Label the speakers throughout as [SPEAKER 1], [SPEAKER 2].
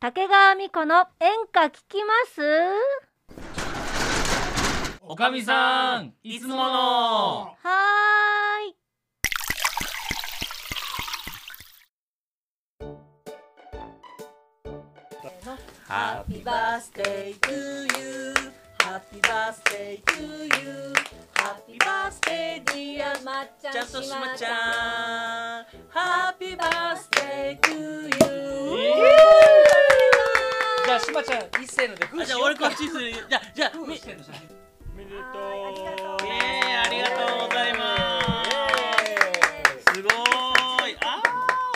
[SPEAKER 1] 竹川美子の演歌聞きます
[SPEAKER 2] おかみさんいつもの
[SPEAKER 1] はーい
[SPEAKER 2] ハ
[SPEAKER 3] Happy birthday to you. Happy birthday to you. Happy birthday dear まっちゃんとしまちゃん。Happy birthday to you.
[SPEAKER 2] じゃあしまちゃん一斉ので封
[SPEAKER 3] あじゃあ俺こっちにする。じゃあじゃあみイエーイありがとうございます。すごーい。あ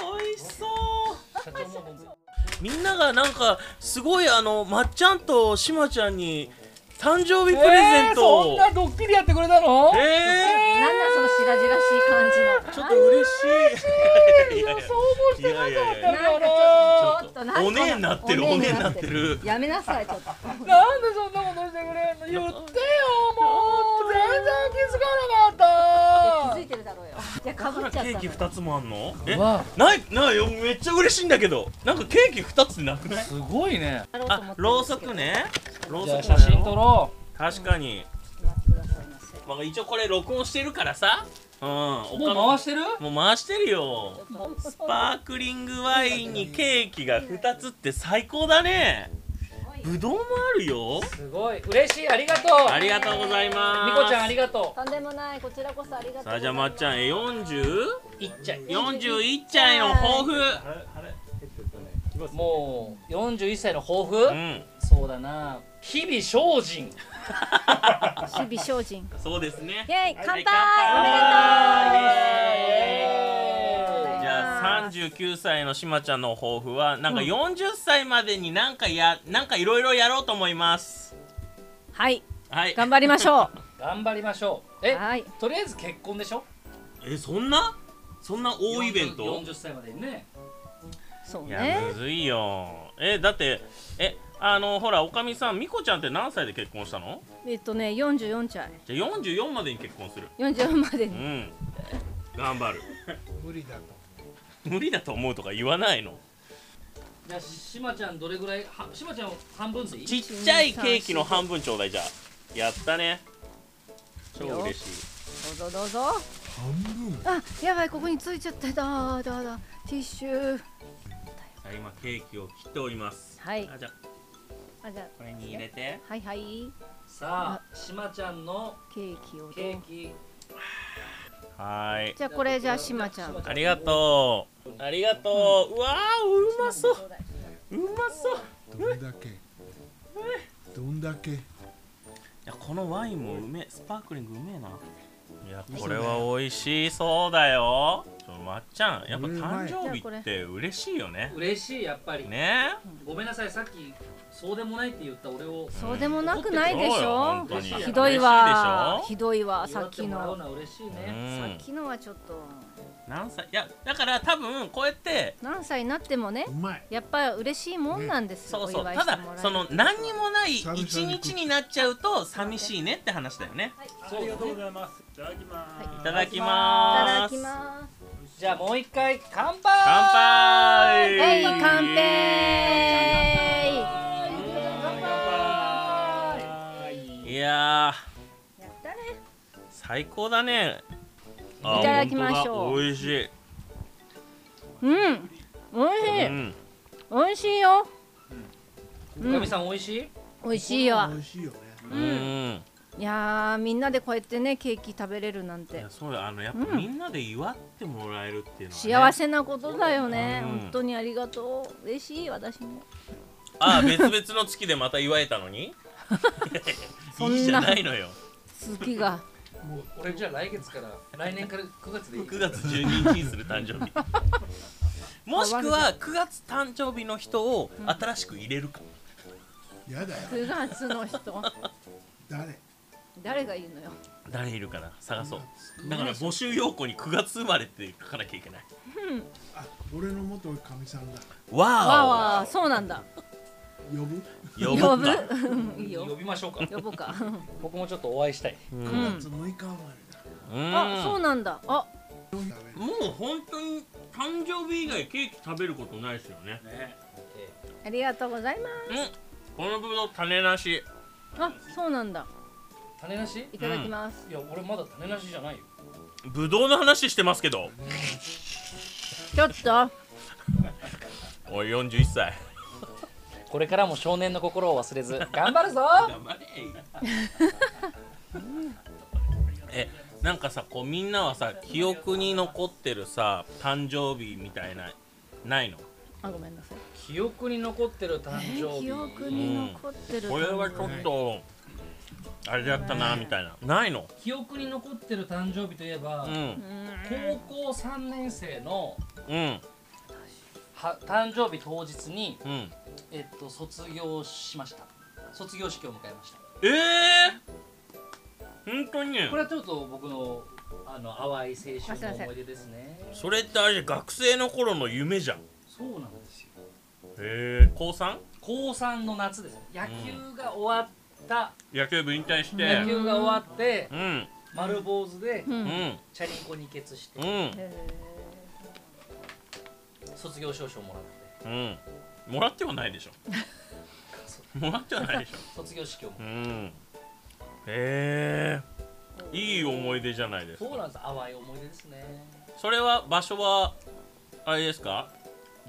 [SPEAKER 3] ー美味しそう。
[SPEAKER 2] 社長も本当に
[SPEAKER 3] みんながなんかすごいあのまっちゃんとしまちゃんに誕生日プレゼント
[SPEAKER 2] そん
[SPEAKER 3] を
[SPEAKER 2] なドッキリやってくれたの
[SPEAKER 3] えー
[SPEAKER 1] なんだその白々しい感じ
[SPEAKER 3] ちょ
[SPEAKER 1] の
[SPEAKER 3] っと嬉しいいやいやいや
[SPEAKER 2] そう思してなかっ
[SPEAKER 1] な
[SPEAKER 2] た
[SPEAKER 1] んか
[SPEAKER 2] から
[SPEAKER 1] ちょっとちょっとなんか
[SPEAKER 3] お姉になってる
[SPEAKER 1] お姉になってる
[SPEAKER 3] お姉になってる
[SPEAKER 1] やめなさいちょっと
[SPEAKER 2] なんでそんなことしてくれんの言ってよもう全然気づかなか
[SPEAKER 1] 気づ
[SPEAKER 2] っ
[SPEAKER 1] いてるだろうよいやか
[SPEAKER 3] だ
[SPEAKER 1] ぶ
[SPEAKER 3] か
[SPEAKER 1] っ
[SPEAKER 3] ら
[SPEAKER 1] ちゃった
[SPEAKER 3] ケー
[SPEAKER 1] の
[SPEAKER 3] キ二つもあんのえ
[SPEAKER 2] たわ
[SPEAKER 3] ないないよめっちゃ嬉しいんだけどなんかケーキ二つってなくない
[SPEAKER 2] すごいね
[SPEAKER 1] やろうと思
[SPEAKER 3] あ
[SPEAKER 1] ってるんで
[SPEAKER 3] ろう
[SPEAKER 1] す
[SPEAKER 3] そ
[SPEAKER 1] けど
[SPEAKER 3] くねろう
[SPEAKER 2] じゃ
[SPEAKER 3] そ
[SPEAKER 2] あ
[SPEAKER 3] く
[SPEAKER 2] 写真撮ろ
[SPEAKER 3] 確かに、
[SPEAKER 1] 待ってくださいませ
[SPEAKER 3] まあ、一応これ録音してるからさうん
[SPEAKER 2] う
[SPEAKER 3] も
[SPEAKER 2] もう回してる
[SPEAKER 3] もう回してるよスパークリングワインにケーキが2つって最高だねぶどうもあるよ
[SPEAKER 2] すごい嬉しいありがとう
[SPEAKER 3] ありがとうございます
[SPEAKER 2] みこちゃんありがと
[SPEAKER 1] とんでもないこちらこそありがとうございます
[SPEAKER 3] さあじゃあまっちゃんえ40
[SPEAKER 2] ういっちゃい
[SPEAKER 3] 41ちゃんへの抱負
[SPEAKER 2] もう41歳の抱負、
[SPEAKER 3] うん
[SPEAKER 2] そうだな日々精進
[SPEAKER 1] 守備精進
[SPEAKER 3] そうですね
[SPEAKER 1] イェイ乾杯
[SPEAKER 3] 乾
[SPEAKER 1] おめでとう
[SPEAKER 2] 杯イエーイ
[SPEAKER 3] じゃあ39歳のしまちゃんの抱負はなんか40歳までになんかやなんかいろいろやろうと思います
[SPEAKER 1] はい
[SPEAKER 3] はい
[SPEAKER 1] 頑張りましょ
[SPEAKER 2] 頑張りましょうえ
[SPEAKER 1] はい
[SPEAKER 2] とりあえず結婚でしょ
[SPEAKER 3] えそんなそんな大イベント
[SPEAKER 2] 40 40歳までにね
[SPEAKER 1] うそう
[SPEAKER 3] い
[SPEAKER 1] ね
[SPEAKER 3] やむずいよえだってえあのほらおかみさんみこちゃんって何歳で結婚したの
[SPEAKER 1] えっとね44歳
[SPEAKER 3] じゃあ44までに結婚する
[SPEAKER 1] 44まで
[SPEAKER 3] う
[SPEAKER 1] に
[SPEAKER 3] ん頑張る無理だと無理だと思うとか言わないの
[SPEAKER 2] じゃあしまちゃんどれぐらいはしまちゃん半分でいい
[SPEAKER 3] ちっちゃいケーキの半分ちょうだいじゃあやったね超嬉しい
[SPEAKER 1] どうぞどうぞ半分あやばいここについちゃっただだだティッシュ
[SPEAKER 3] さあ今ケーキを切っております
[SPEAKER 1] はい
[SPEAKER 3] あじゃあ
[SPEAKER 1] あじゃ
[SPEAKER 3] これに入れて
[SPEAKER 1] あはいはい
[SPEAKER 2] さあしまちゃんの
[SPEAKER 1] ケーキをどう
[SPEAKER 2] ケーキ
[SPEAKER 3] はーい
[SPEAKER 1] じゃあこれじゃあしまちゃん
[SPEAKER 3] ありがとうありがとううわーうまそううまそう
[SPEAKER 4] どんだけどんだけ
[SPEAKER 3] いやこのワインもうめえスパークリングうめえないやこれは美味しそうだよちょまっちゃんやっぱ誕生日って嬉しいよね
[SPEAKER 2] 嬉しいやっぱり、
[SPEAKER 3] ね
[SPEAKER 2] ごめんなさいさっきそうでもないって言った俺を
[SPEAKER 1] そうでもなくないでし
[SPEAKER 3] そうよ
[SPEAKER 1] ょ
[SPEAKER 3] 本当に
[SPEAKER 2] 嬉しい
[SPEAKER 1] ひどいわ
[SPEAKER 3] 嬉しい
[SPEAKER 1] ひどいわ
[SPEAKER 2] 祝
[SPEAKER 1] さ
[SPEAKER 2] っ
[SPEAKER 1] ってき
[SPEAKER 2] もらう
[SPEAKER 1] の
[SPEAKER 2] のは嬉しい
[SPEAKER 3] でしょう
[SPEAKER 2] ね、
[SPEAKER 1] さ
[SPEAKER 3] ん
[SPEAKER 1] っきのはちょっと
[SPEAKER 3] 何歳いやだから多分こうやって
[SPEAKER 1] 何歳になってもね
[SPEAKER 4] うまい
[SPEAKER 1] やっぱ嬉しいもんなんですよ、
[SPEAKER 3] そうそ
[SPEAKER 1] お
[SPEAKER 3] う
[SPEAKER 1] 祝い
[SPEAKER 3] た
[SPEAKER 1] して
[SPEAKER 3] だ
[SPEAKER 1] もらえる
[SPEAKER 3] その何にもない一
[SPEAKER 4] 寂しい
[SPEAKER 3] 日になっちゃうと寂しいねって話だよね
[SPEAKER 2] そうだね
[SPEAKER 3] いただき
[SPEAKER 1] いた
[SPEAKER 3] ま
[SPEAKER 1] だ
[SPEAKER 3] ーす
[SPEAKER 1] きます
[SPEAKER 2] じゃあもう一回乾杯
[SPEAKER 3] 乾杯
[SPEAKER 1] えい乾杯
[SPEAKER 3] い
[SPEAKER 1] や
[SPEAKER 3] や
[SPEAKER 1] ったね
[SPEAKER 3] ー最高だねあ
[SPEAKER 1] いただきましょう
[SPEAKER 3] 本当だ美味しい
[SPEAKER 1] うん美味し
[SPEAKER 3] う
[SPEAKER 1] い
[SPEAKER 3] ん
[SPEAKER 1] 美味しいよ
[SPEAKER 2] おかみさん美味しい
[SPEAKER 1] 美味しいよ
[SPEAKER 4] 美味しいよね
[SPEAKER 3] うん
[SPEAKER 1] いやーみんなでこうやってねケーキ食べれるなん
[SPEAKER 3] い
[SPEAKER 1] て
[SPEAKER 3] やそうよあのやっぱ
[SPEAKER 1] うん
[SPEAKER 3] みんなで祝ってもらえるっていうのは、ね、
[SPEAKER 1] 幸せなことだよね、
[SPEAKER 3] うん
[SPEAKER 1] 本当にありがとう嬉しい私も
[SPEAKER 3] ああ別々の月でまた祝えた のに
[SPEAKER 1] そんない
[SPEAKER 3] いじゃないのよ
[SPEAKER 1] 好きが
[SPEAKER 2] もう俺じゃあ来月から来年から9月でいい
[SPEAKER 3] 9月12日にする 誕生日もしくは9月誕生日の人を新しく入れるか、
[SPEAKER 4] やだよ
[SPEAKER 1] 9月の人
[SPEAKER 4] 誰
[SPEAKER 1] 誰が言うのよ
[SPEAKER 3] 誰いるかな探そうだから募集要項に9月生まれって書かなきゃいけない
[SPEAKER 4] あ俺の元かみさん
[SPEAKER 3] わ
[SPEAKER 4] だ
[SPEAKER 3] ーお
[SPEAKER 1] わあわあそうなんだ
[SPEAKER 4] 呼ぶ
[SPEAKER 3] 呼
[SPEAKER 1] 呼
[SPEAKER 3] ぶ
[SPEAKER 1] ぶ
[SPEAKER 3] か
[SPEAKER 1] いいよ
[SPEAKER 2] 呼びましょうか
[SPEAKER 1] 呼ぼうか、
[SPEAKER 2] 僕もちょっとお会いしたい
[SPEAKER 3] うん
[SPEAKER 1] うん
[SPEAKER 4] 6月6日生ま
[SPEAKER 3] う ん
[SPEAKER 1] あそうなんだあ
[SPEAKER 4] れだ
[SPEAKER 3] もう本当に誕生日以外ケーキ食べることないですよね
[SPEAKER 2] ね
[SPEAKER 1] ありがとうございま
[SPEAKER 3] このぶどう種なし
[SPEAKER 1] すあそうなんだ
[SPEAKER 2] 種なし
[SPEAKER 1] いただきます、
[SPEAKER 2] いや俺まだ種なしじゃないよ
[SPEAKER 3] ぶどうの話してますけど
[SPEAKER 1] ちょっと
[SPEAKER 3] おい41歳
[SPEAKER 2] これからも少年の心を忘れ ず頑張るぞ
[SPEAKER 3] 頑張れえなんかさこうみんなはさ記憶に残ってるさ誕生日みたいなないの
[SPEAKER 1] あごめんなさい、
[SPEAKER 2] 記憶に残ってる誕
[SPEAKER 1] え
[SPEAKER 2] 生
[SPEAKER 1] ー、
[SPEAKER 2] 日、
[SPEAKER 1] 記憶に残ってる、
[SPEAKER 3] これはちょっとあれだったなみたいなないの
[SPEAKER 2] 記憶に残ってる誕生日といえば、
[SPEAKER 3] うん
[SPEAKER 2] 高校3年生の
[SPEAKER 3] うん
[SPEAKER 2] は誕生日当日に、
[SPEAKER 3] うん
[SPEAKER 2] えっと、卒業しました卒業式を迎えました
[SPEAKER 3] ええー、本当に
[SPEAKER 2] これはちょっと僕のあの淡い青春の思い出ですね
[SPEAKER 3] それってあれ学生の頃の夢じゃんへ
[SPEAKER 2] そうなんですよ
[SPEAKER 3] え高 3?
[SPEAKER 2] 高3の夏です野球が終わった、
[SPEAKER 3] 野球部引退し
[SPEAKER 2] 野
[SPEAKER 3] て
[SPEAKER 2] 球が終わって
[SPEAKER 3] うん
[SPEAKER 2] 丸坊主で
[SPEAKER 1] うん、
[SPEAKER 3] う
[SPEAKER 1] うん
[SPEAKER 3] ん
[SPEAKER 2] チャリンコにケツして
[SPEAKER 3] うん
[SPEAKER 1] え
[SPEAKER 2] 卒業証書をもらって
[SPEAKER 3] うんもらってはないでしょ もらってはないでしょ
[SPEAKER 2] 卒業式をも
[SPEAKER 3] う
[SPEAKER 2] らっ
[SPEAKER 3] んへえー、いい思い出じゃないで
[SPEAKER 2] て
[SPEAKER 3] すか
[SPEAKER 2] そうなんです淡い思い出ですね
[SPEAKER 3] それは場所はあれですか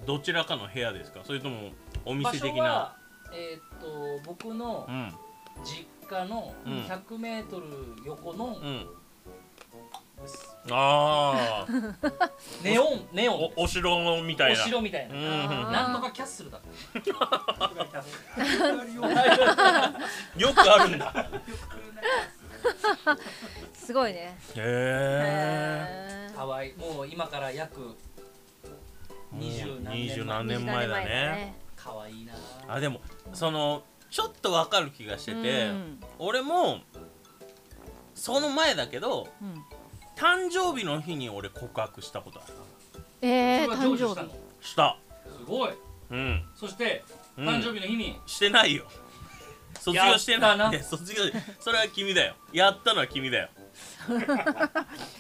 [SPEAKER 3] どちらかの部屋ですかそれともお
[SPEAKER 2] 場
[SPEAKER 3] 店
[SPEAKER 2] 所
[SPEAKER 3] 的な
[SPEAKER 2] はえーっと僕の
[SPEAKER 3] うん
[SPEAKER 2] 実家の
[SPEAKER 3] うん
[SPEAKER 2] 100m 横の
[SPEAKER 3] うんああ
[SPEAKER 2] ネオンネオンで
[SPEAKER 3] おお 城みたい
[SPEAKER 2] す
[SPEAKER 3] な
[SPEAKER 2] お城みたい
[SPEAKER 3] うん
[SPEAKER 2] な、
[SPEAKER 3] うんうん
[SPEAKER 2] なんとかキャッスルだった
[SPEAKER 3] よくあるん だ
[SPEAKER 1] ーすごいね
[SPEAKER 3] へえ
[SPEAKER 1] へー
[SPEAKER 2] 淡いもう今から約20何年前
[SPEAKER 3] 何年前だね
[SPEAKER 2] 可愛いな
[SPEAKER 3] あでもそのちょっとわかる気がして
[SPEAKER 1] 20年
[SPEAKER 3] て、
[SPEAKER 1] 前だね
[SPEAKER 3] 俺もその前だけど
[SPEAKER 1] うんうん
[SPEAKER 3] 誕生日の日に俺告白したことある
[SPEAKER 1] えー、
[SPEAKER 2] それは成
[SPEAKER 1] 誕
[SPEAKER 2] 就した
[SPEAKER 1] 生日
[SPEAKER 2] の
[SPEAKER 3] した
[SPEAKER 2] すごい
[SPEAKER 3] うん、
[SPEAKER 2] そして
[SPEAKER 3] うん
[SPEAKER 2] 誕生日の日に
[SPEAKER 3] してないよ卒業して
[SPEAKER 2] や
[SPEAKER 3] な
[SPEAKER 2] っ
[SPEAKER 3] い
[SPEAKER 2] たな
[SPEAKER 3] ね卒業それは君だよやったのは君だ よ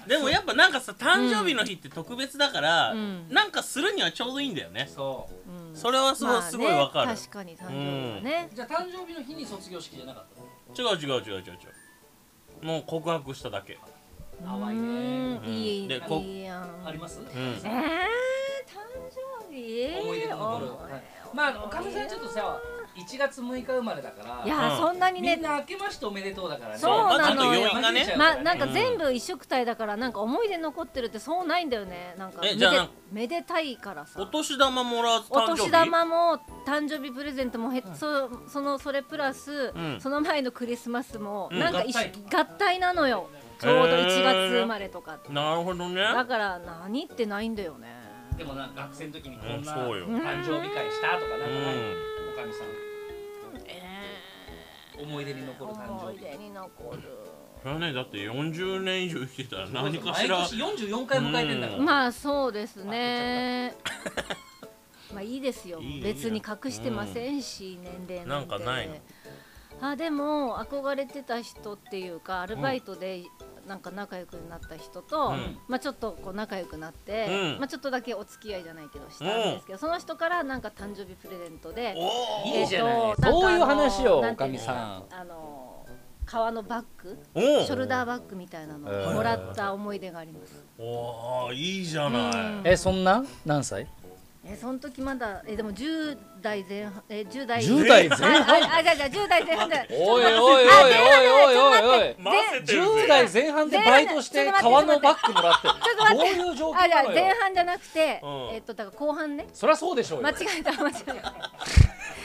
[SPEAKER 3] でもやっぱなんかさ誕生日の日って特別だから、
[SPEAKER 1] うん
[SPEAKER 3] なんかするにはちょうどいいんだよね
[SPEAKER 2] そ
[SPEAKER 1] うん
[SPEAKER 3] それはすごい、
[SPEAKER 1] まあね
[SPEAKER 3] すごいわかる
[SPEAKER 1] 確かに誕生日はね
[SPEAKER 2] うじゃあ誕生日の日に卒業式じゃなかったの
[SPEAKER 3] 違う違う違う違う違うもう告白しただけ
[SPEAKER 2] 淡いね
[SPEAKER 1] うんいい
[SPEAKER 3] でこ
[SPEAKER 1] いいやん
[SPEAKER 2] あります、
[SPEAKER 3] ん
[SPEAKER 1] えー、誕生日
[SPEAKER 2] 思い出に残る、
[SPEAKER 1] お
[SPEAKER 2] はいまあおかみさんちょっとさ1月6日生まれだから
[SPEAKER 1] いやー、
[SPEAKER 3] う
[SPEAKER 1] そ
[SPEAKER 3] ん
[SPEAKER 1] んなに
[SPEAKER 2] み
[SPEAKER 1] ね
[SPEAKER 2] んな明けましておめでとうだからね
[SPEAKER 1] そうなのよ
[SPEAKER 3] まあちょっと余韻がね
[SPEAKER 1] まなんか全部一色体だからなんか思い出残ってるってそうないんだよねなんか
[SPEAKER 3] え
[SPEAKER 1] め
[SPEAKER 3] じ
[SPEAKER 1] で
[SPEAKER 3] ゃあなんか
[SPEAKER 1] めでたいから
[SPEAKER 3] お
[SPEAKER 1] さ
[SPEAKER 3] 年玉もらう
[SPEAKER 1] お
[SPEAKER 3] 誕生日
[SPEAKER 1] 年玉も誕生日プレゼントもへ、そそのそれプラス、
[SPEAKER 3] うん
[SPEAKER 1] その前のクリスマスも、
[SPEAKER 3] うん
[SPEAKER 1] なんか一緒
[SPEAKER 2] 合
[SPEAKER 1] 合体なのよちょうど
[SPEAKER 3] へー
[SPEAKER 1] 1月生まれとかって
[SPEAKER 3] なるほどね
[SPEAKER 1] だから何ってないんだよね
[SPEAKER 2] でもなんか学生の時にこんな
[SPEAKER 3] うんそうよ
[SPEAKER 2] 誕生日会したとか
[SPEAKER 3] う
[SPEAKER 2] なんかない
[SPEAKER 3] ん
[SPEAKER 2] おかみさ
[SPEAKER 1] え
[SPEAKER 2] ん思い出に残る
[SPEAKER 1] ー、
[SPEAKER 2] 誕
[SPEAKER 1] 思
[SPEAKER 2] 生
[SPEAKER 1] い
[SPEAKER 2] 日
[SPEAKER 1] 出に残る
[SPEAKER 3] それはねだって40年以上生きてたら何かしら
[SPEAKER 2] 毎年44回迎えてんだから、
[SPEAKER 3] うん
[SPEAKER 1] まあそうですね まあいいですよ
[SPEAKER 3] いい
[SPEAKER 1] 別に隠してませんし、年齢なんて
[SPEAKER 3] なんかないの
[SPEAKER 1] あでも憧れてた人っていうかアルバイトでなんか仲良くなった人と、
[SPEAKER 3] うん
[SPEAKER 1] まあちょっとこう仲良くなって、
[SPEAKER 3] うん
[SPEAKER 1] まあちょっとだけお付き合いじゃないけどしたんですけど、その人からなんか誕生日プレゼントで
[SPEAKER 3] お
[SPEAKER 2] いいじゃない
[SPEAKER 1] えっとなんかあの
[SPEAKER 2] そういう話を
[SPEAKER 1] なんてい
[SPEAKER 2] おかみさん
[SPEAKER 1] あの革のバッグ
[SPEAKER 3] お
[SPEAKER 1] ショルダーバッグみたいなのをもらった思い出があります。
[SPEAKER 3] おーいいじゃない、
[SPEAKER 1] うん
[SPEAKER 2] えそんな何歳
[SPEAKER 1] えその時まだえでも10代前半え10代
[SPEAKER 2] 10代前
[SPEAKER 1] 半あああじゃあじゃあ10代前半だ
[SPEAKER 2] おいおいおいおいおいおい
[SPEAKER 3] 混ぜてるぜ
[SPEAKER 2] 10代前半でバイトして革のバッグもらってどういう状況
[SPEAKER 1] あじゃあ
[SPEAKER 2] なの
[SPEAKER 1] 前
[SPEAKER 2] よ
[SPEAKER 1] 半じゃなくて、
[SPEAKER 3] うん
[SPEAKER 1] えっとだから後半ね
[SPEAKER 2] そりゃそうでしょうよ
[SPEAKER 1] 間違えた間違えた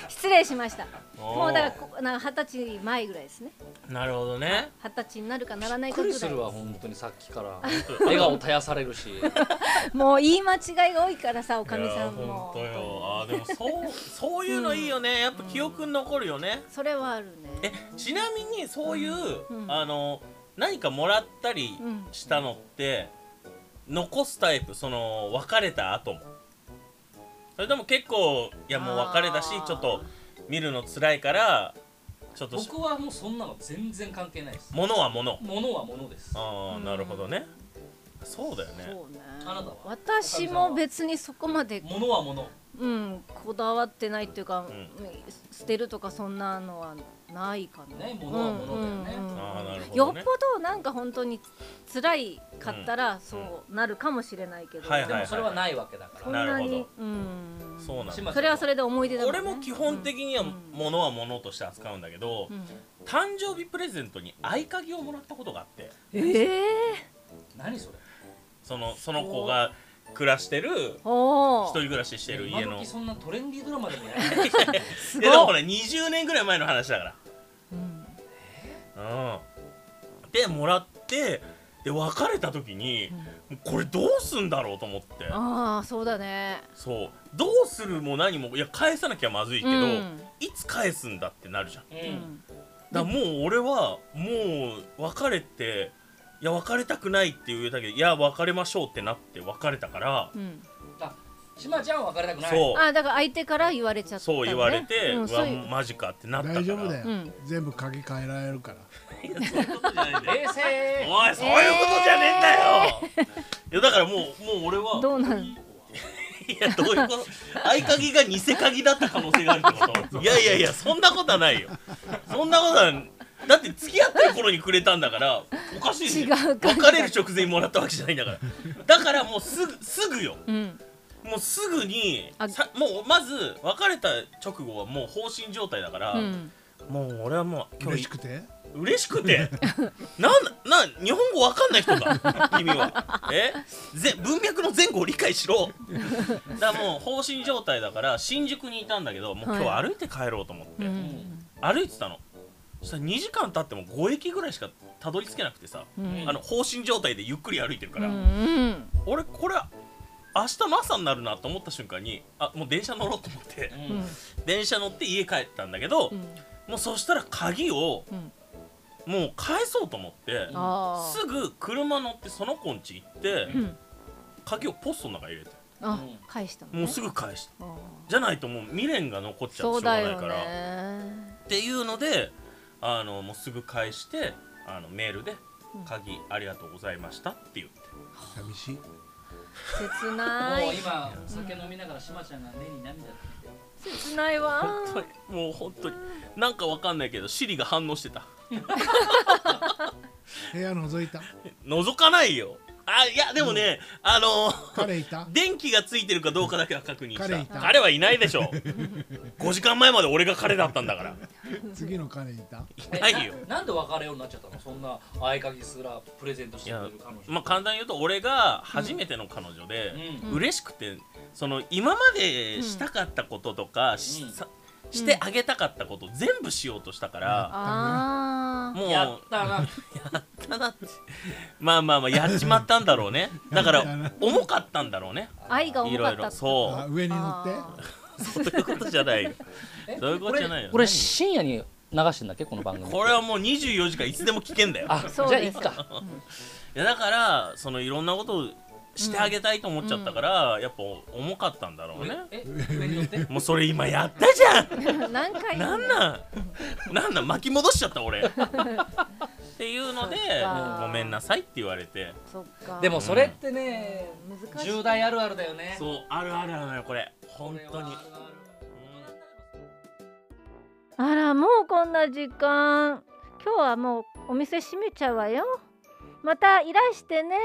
[SPEAKER 1] 失礼しました
[SPEAKER 3] おー
[SPEAKER 1] もうだからこなんか二十歳前ぐらいですね
[SPEAKER 3] なるほどね
[SPEAKER 1] 二十歳になるかならな
[SPEAKER 2] び
[SPEAKER 1] い
[SPEAKER 2] っ
[SPEAKER 1] かぐ
[SPEAKER 2] くり
[SPEAKER 1] らい
[SPEAKER 2] するわ本当にさっ きから
[SPEAKER 3] 当
[SPEAKER 2] 笑顔絶やされるし
[SPEAKER 1] もう言い間違いが多いからさおかみ
[SPEAKER 3] い
[SPEAKER 1] さ
[SPEAKER 3] や
[SPEAKER 1] んも
[SPEAKER 3] 本当よあーでも そうそういうのいいよねやっぱ記憶に残るよね、
[SPEAKER 1] それはあるね
[SPEAKER 3] えちなみにそういう、
[SPEAKER 1] うん
[SPEAKER 3] あの何かもらったり
[SPEAKER 1] うん
[SPEAKER 3] したのって、残すタイプその別れた後もそれとも結構いやもう別れたし
[SPEAKER 1] あー
[SPEAKER 3] ちょっと見るの辛いからちょっとし
[SPEAKER 2] 僕はもうそんなの全然関係ないです
[SPEAKER 3] 物は物
[SPEAKER 2] 物は物です
[SPEAKER 3] ああ、なるほどねそうだよね
[SPEAKER 1] そうね
[SPEAKER 2] あなたは
[SPEAKER 1] 私も別にそこまで、
[SPEAKER 2] 物は物
[SPEAKER 1] うん、こだわってないっていうか、
[SPEAKER 3] ん
[SPEAKER 1] 捨てるとかそんなのはないかな、
[SPEAKER 2] ね物は物だよね
[SPEAKER 1] うんうんうん
[SPEAKER 3] ああなるほど、ね、
[SPEAKER 1] よっぽどなんか本当に辛いかったらそうなるかもしれないけど、
[SPEAKER 3] はい
[SPEAKER 2] でもそれはないわけだか
[SPEAKER 1] そん
[SPEAKER 2] ら
[SPEAKER 3] なる
[SPEAKER 1] な
[SPEAKER 3] ほど
[SPEAKER 1] にうん
[SPEAKER 3] そうなんだ
[SPEAKER 2] 島
[SPEAKER 1] それはそれで思い出だもんね
[SPEAKER 3] 俺も基本的には
[SPEAKER 1] ん
[SPEAKER 3] 物は物として扱うんだけど、
[SPEAKER 1] うん
[SPEAKER 3] 誕生日プレゼントに合鍵をもらったことがあって
[SPEAKER 1] ええ
[SPEAKER 2] 何それ
[SPEAKER 3] そのその子が暮らしてる
[SPEAKER 1] おお
[SPEAKER 3] 一人暮らししてる家
[SPEAKER 2] 今
[SPEAKER 3] の
[SPEAKER 2] 時そんなトレンディードラマでもやる
[SPEAKER 1] す
[SPEAKER 3] いやでもこ
[SPEAKER 1] ごい、
[SPEAKER 3] れ20年ぐらい前の話だか
[SPEAKER 1] うん
[SPEAKER 3] らうんでもらってで別れた時に、もうこれどうすんだろうと思って
[SPEAKER 1] ああそうだね
[SPEAKER 3] そうどうするも何もいや返さなきゃまずいけど、
[SPEAKER 1] うん
[SPEAKER 3] いつ返すんだってなるじゃん
[SPEAKER 2] う
[SPEAKER 1] うんん
[SPEAKER 3] だからもう俺はもう別れていや別れたくないって言えたけどいや別れましょうってなって別れたから
[SPEAKER 1] うん
[SPEAKER 2] あ島ちゃんは別れたくない
[SPEAKER 3] そ
[SPEAKER 1] ああだから相手から言われちゃ
[SPEAKER 3] う
[SPEAKER 1] った、ね、
[SPEAKER 3] そう言われて、
[SPEAKER 1] う、
[SPEAKER 3] うん
[SPEAKER 1] そういう
[SPEAKER 3] わマジかってなったから
[SPEAKER 4] 大丈 夫だよ、
[SPEAKER 1] うん
[SPEAKER 4] 全部鍵変えられるから
[SPEAKER 3] いやそういうことじゃないんだよ
[SPEAKER 2] 冷静
[SPEAKER 3] おいそういうことじゃねえんだよ、いやだからもうもう俺は
[SPEAKER 1] どうなる
[SPEAKER 3] いやどういうこと合鍵が偽鍵だった可能性があるってこといやいやいやそんなことはないよそんなことはだって付き合ってる頃にくれたんだからおかしいじゃん
[SPEAKER 1] 違うか
[SPEAKER 3] 別れる直前にもらったわけじゃないんだからだからもうすぐすぐよ
[SPEAKER 1] うん
[SPEAKER 3] もうすぐに
[SPEAKER 1] あ
[SPEAKER 3] さもうまず別れた直後はもう放心状態だから、
[SPEAKER 1] うん
[SPEAKER 3] もう俺はもう今
[SPEAKER 4] 嬉
[SPEAKER 3] 日
[SPEAKER 4] しくて
[SPEAKER 3] 嬉しくて なんなん日本語わかんない人か 君はえぜ文脈の前後を理解しろだからもう放心状態だから新宿にいたんだけどもう今
[SPEAKER 1] は
[SPEAKER 3] 日歩いて帰ろうと思って、
[SPEAKER 1] うん
[SPEAKER 3] 歩いてたのそしたら2時間経っても5駅ぐらいしかたどり着けなくてさ、
[SPEAKER 1] うん
[SPEAKER 3] あの放心状態でゆっくり歩いてるか
[SPEAKER 1] う
[SPEAKER 3] ら、
[SPEAKER 1] ん
[SPEAKER 3] 俺これ明日の朝になるなと思った瞬間にあもう電車乗ろうと思って
[SPEAKER 2] うん
[SPEAKER 1] うん
[SPEAKER 3] 電車乗って家帰ったんだけど、
[SPEAKER 1] うん
[SPEAKER 3] もうそしたら鍵を
[SPEAKER 1] うん
[SPEAKER 3] もう返そうと思って、
[SPEAKER 1] あ
[SPEAKER 3] すぐ車乗ってその子ん家行って、
[SPEAKER 1] あうん
[SPEAKER 3] 鍵をポストの中に入れて
[SPEAKER 1] あ
[SPEAKER 2] うん
[SPEAKER 1] 返したのね
[SPEAKER 3] もうすぐ返した
[SPEAKER 1] あー
[SPEAKER 3] じゃないともう未練が残っちゃ
[SPEAKER 1] そ
[SPEAKER 3] って
[SPEAKER 1] う
[SPEAKER 3] しょうが
[SPEAKER 1] だ
[SPEAKER 3] ない
[SPEAKER 1] よ
[SPEAKER 3] から、
[SPEAKER 1] ね
[SPEAKER 3] っていうのであのもうすぐ返してあのメールで
[SPEAKER 1] うん
[SPEAKER 3] 「鍵ありがとうございました」って言って
[SPEAKER 4] 寂しい
[SPEAKER 1] 切な
[SPEAKER 2] もう
[SPEAKER 1] い
[SPEAKER 2] 今お酒飲みながら島ちゃんが目に涙
[SPEAKER 1] 切ないわ
[SPEAKER 3] 本当にもう本当になんかわかんないけどシリが反応してた
[SPEAKER 4] 部屋覗いた
[SPEAKER 3] 覗かないよあいやでもね、あの
[SPEAKER 4] 彼いた
[SPEAKER 3] 電気がついてるかどうかだけは確認した
[SPEAKER 4] 彼
[SPEAKER 3] 彼
[SPEAKER 4] いた
[SPEAKER 3] はいないでしょ5時間前まで俺が彼だったんだから
[SPEAKER 4] 次の彼いた
[SPEAKER 3] いないよ
[SPEAKER 2] なんで別れようになっちゃったのそんな合鍵すらプレゼントし
[SPEAKER 3] い
[SPEAKER 2] てくれ
[SPEAKER 3] や
[SPEAKER 2] る彼女
[SPEAKER 3] まあ簡単に言うと俺が初めての彼女で、
[SPEAKER 2] うん
[SPEAKER 1] うん
[SPEAKER 3] 嬉しくてその今までしたかったこととか、し
[SPEAKER 2] うん
[SPEAKER 3] さしてあげたかったこと全部しようとしたから、
[SPEAKER 1] ああ
[SPEAKER 3] もう
[SPEAKER 2] やったな
[SPEAKER 3] ただってまあまあまあやっちまったんだろうねだか
[SPEAKER 4] やったな
[SPEAKER 3] ら重かったんだろうね
[SPEAKER 1] 愛が
[SPEAKER 3] い
[SPEAKER 1] 重か
[SPEAKER 3] ろ
[SPEAKER 1] った
[SPEAKER 3] いろ
[SPEAKER 1] ってこ
[SPEAKER 3] そ
[SPEAKER 4] あ上に
[SPEAKER 1] と
[SPEAKER 4] 乗って
[SPEAKER 1] あ
[SPEAKER 3] うそういうことじゃないよそういうことじゃないよ
[SPEAKER 2] これ
[SPEAKER 3] 何
[SPEAKER 2] 深夜に流してんだっけこの番組
[SPEAKER 3] これはもう24時間いつでも聞けんだよ
[SPEAKER 2] あじゃ
[SPEAKER 1] そう
[SPEAKER 2] あ
[SPEAKER 1] で
[SPEAKER 2] いっ
[SPEAKER 1] す
[SPEAKER 2] か
[SPEAKER 3] いやだからそのいろんなことをしてあげたいと思っちゃったから、やっぱ重かったんだろうね、
[SPEAKER 2] え上に乗って
[SPEAKER 3] もうそれ今やったじゃん
[SPEAKER 1] ー 何回も
[SPEAKER 3] なんなんなんなん巻き戻しちゃった俺っていうので
[SPEAKER 1] そっか
[SPEAKER 3] ごめんなさいって言われて
[SPEAKER 1] そっか
[SPEAKER 2] でもそれってね
[SPEAKER 1] 難しい
[SPEAKER 2] 重大あるあるだよね
[SPEAKER 3] そうあるあるなのよこれ本当
[SPEAKER 2] これ
[SPEAKER 3] に
[SPEAKER 2] はあるある
[SPEAKER 1] あらもうこんな時間今日はもうお店閉めちゃうわよまたいらしてね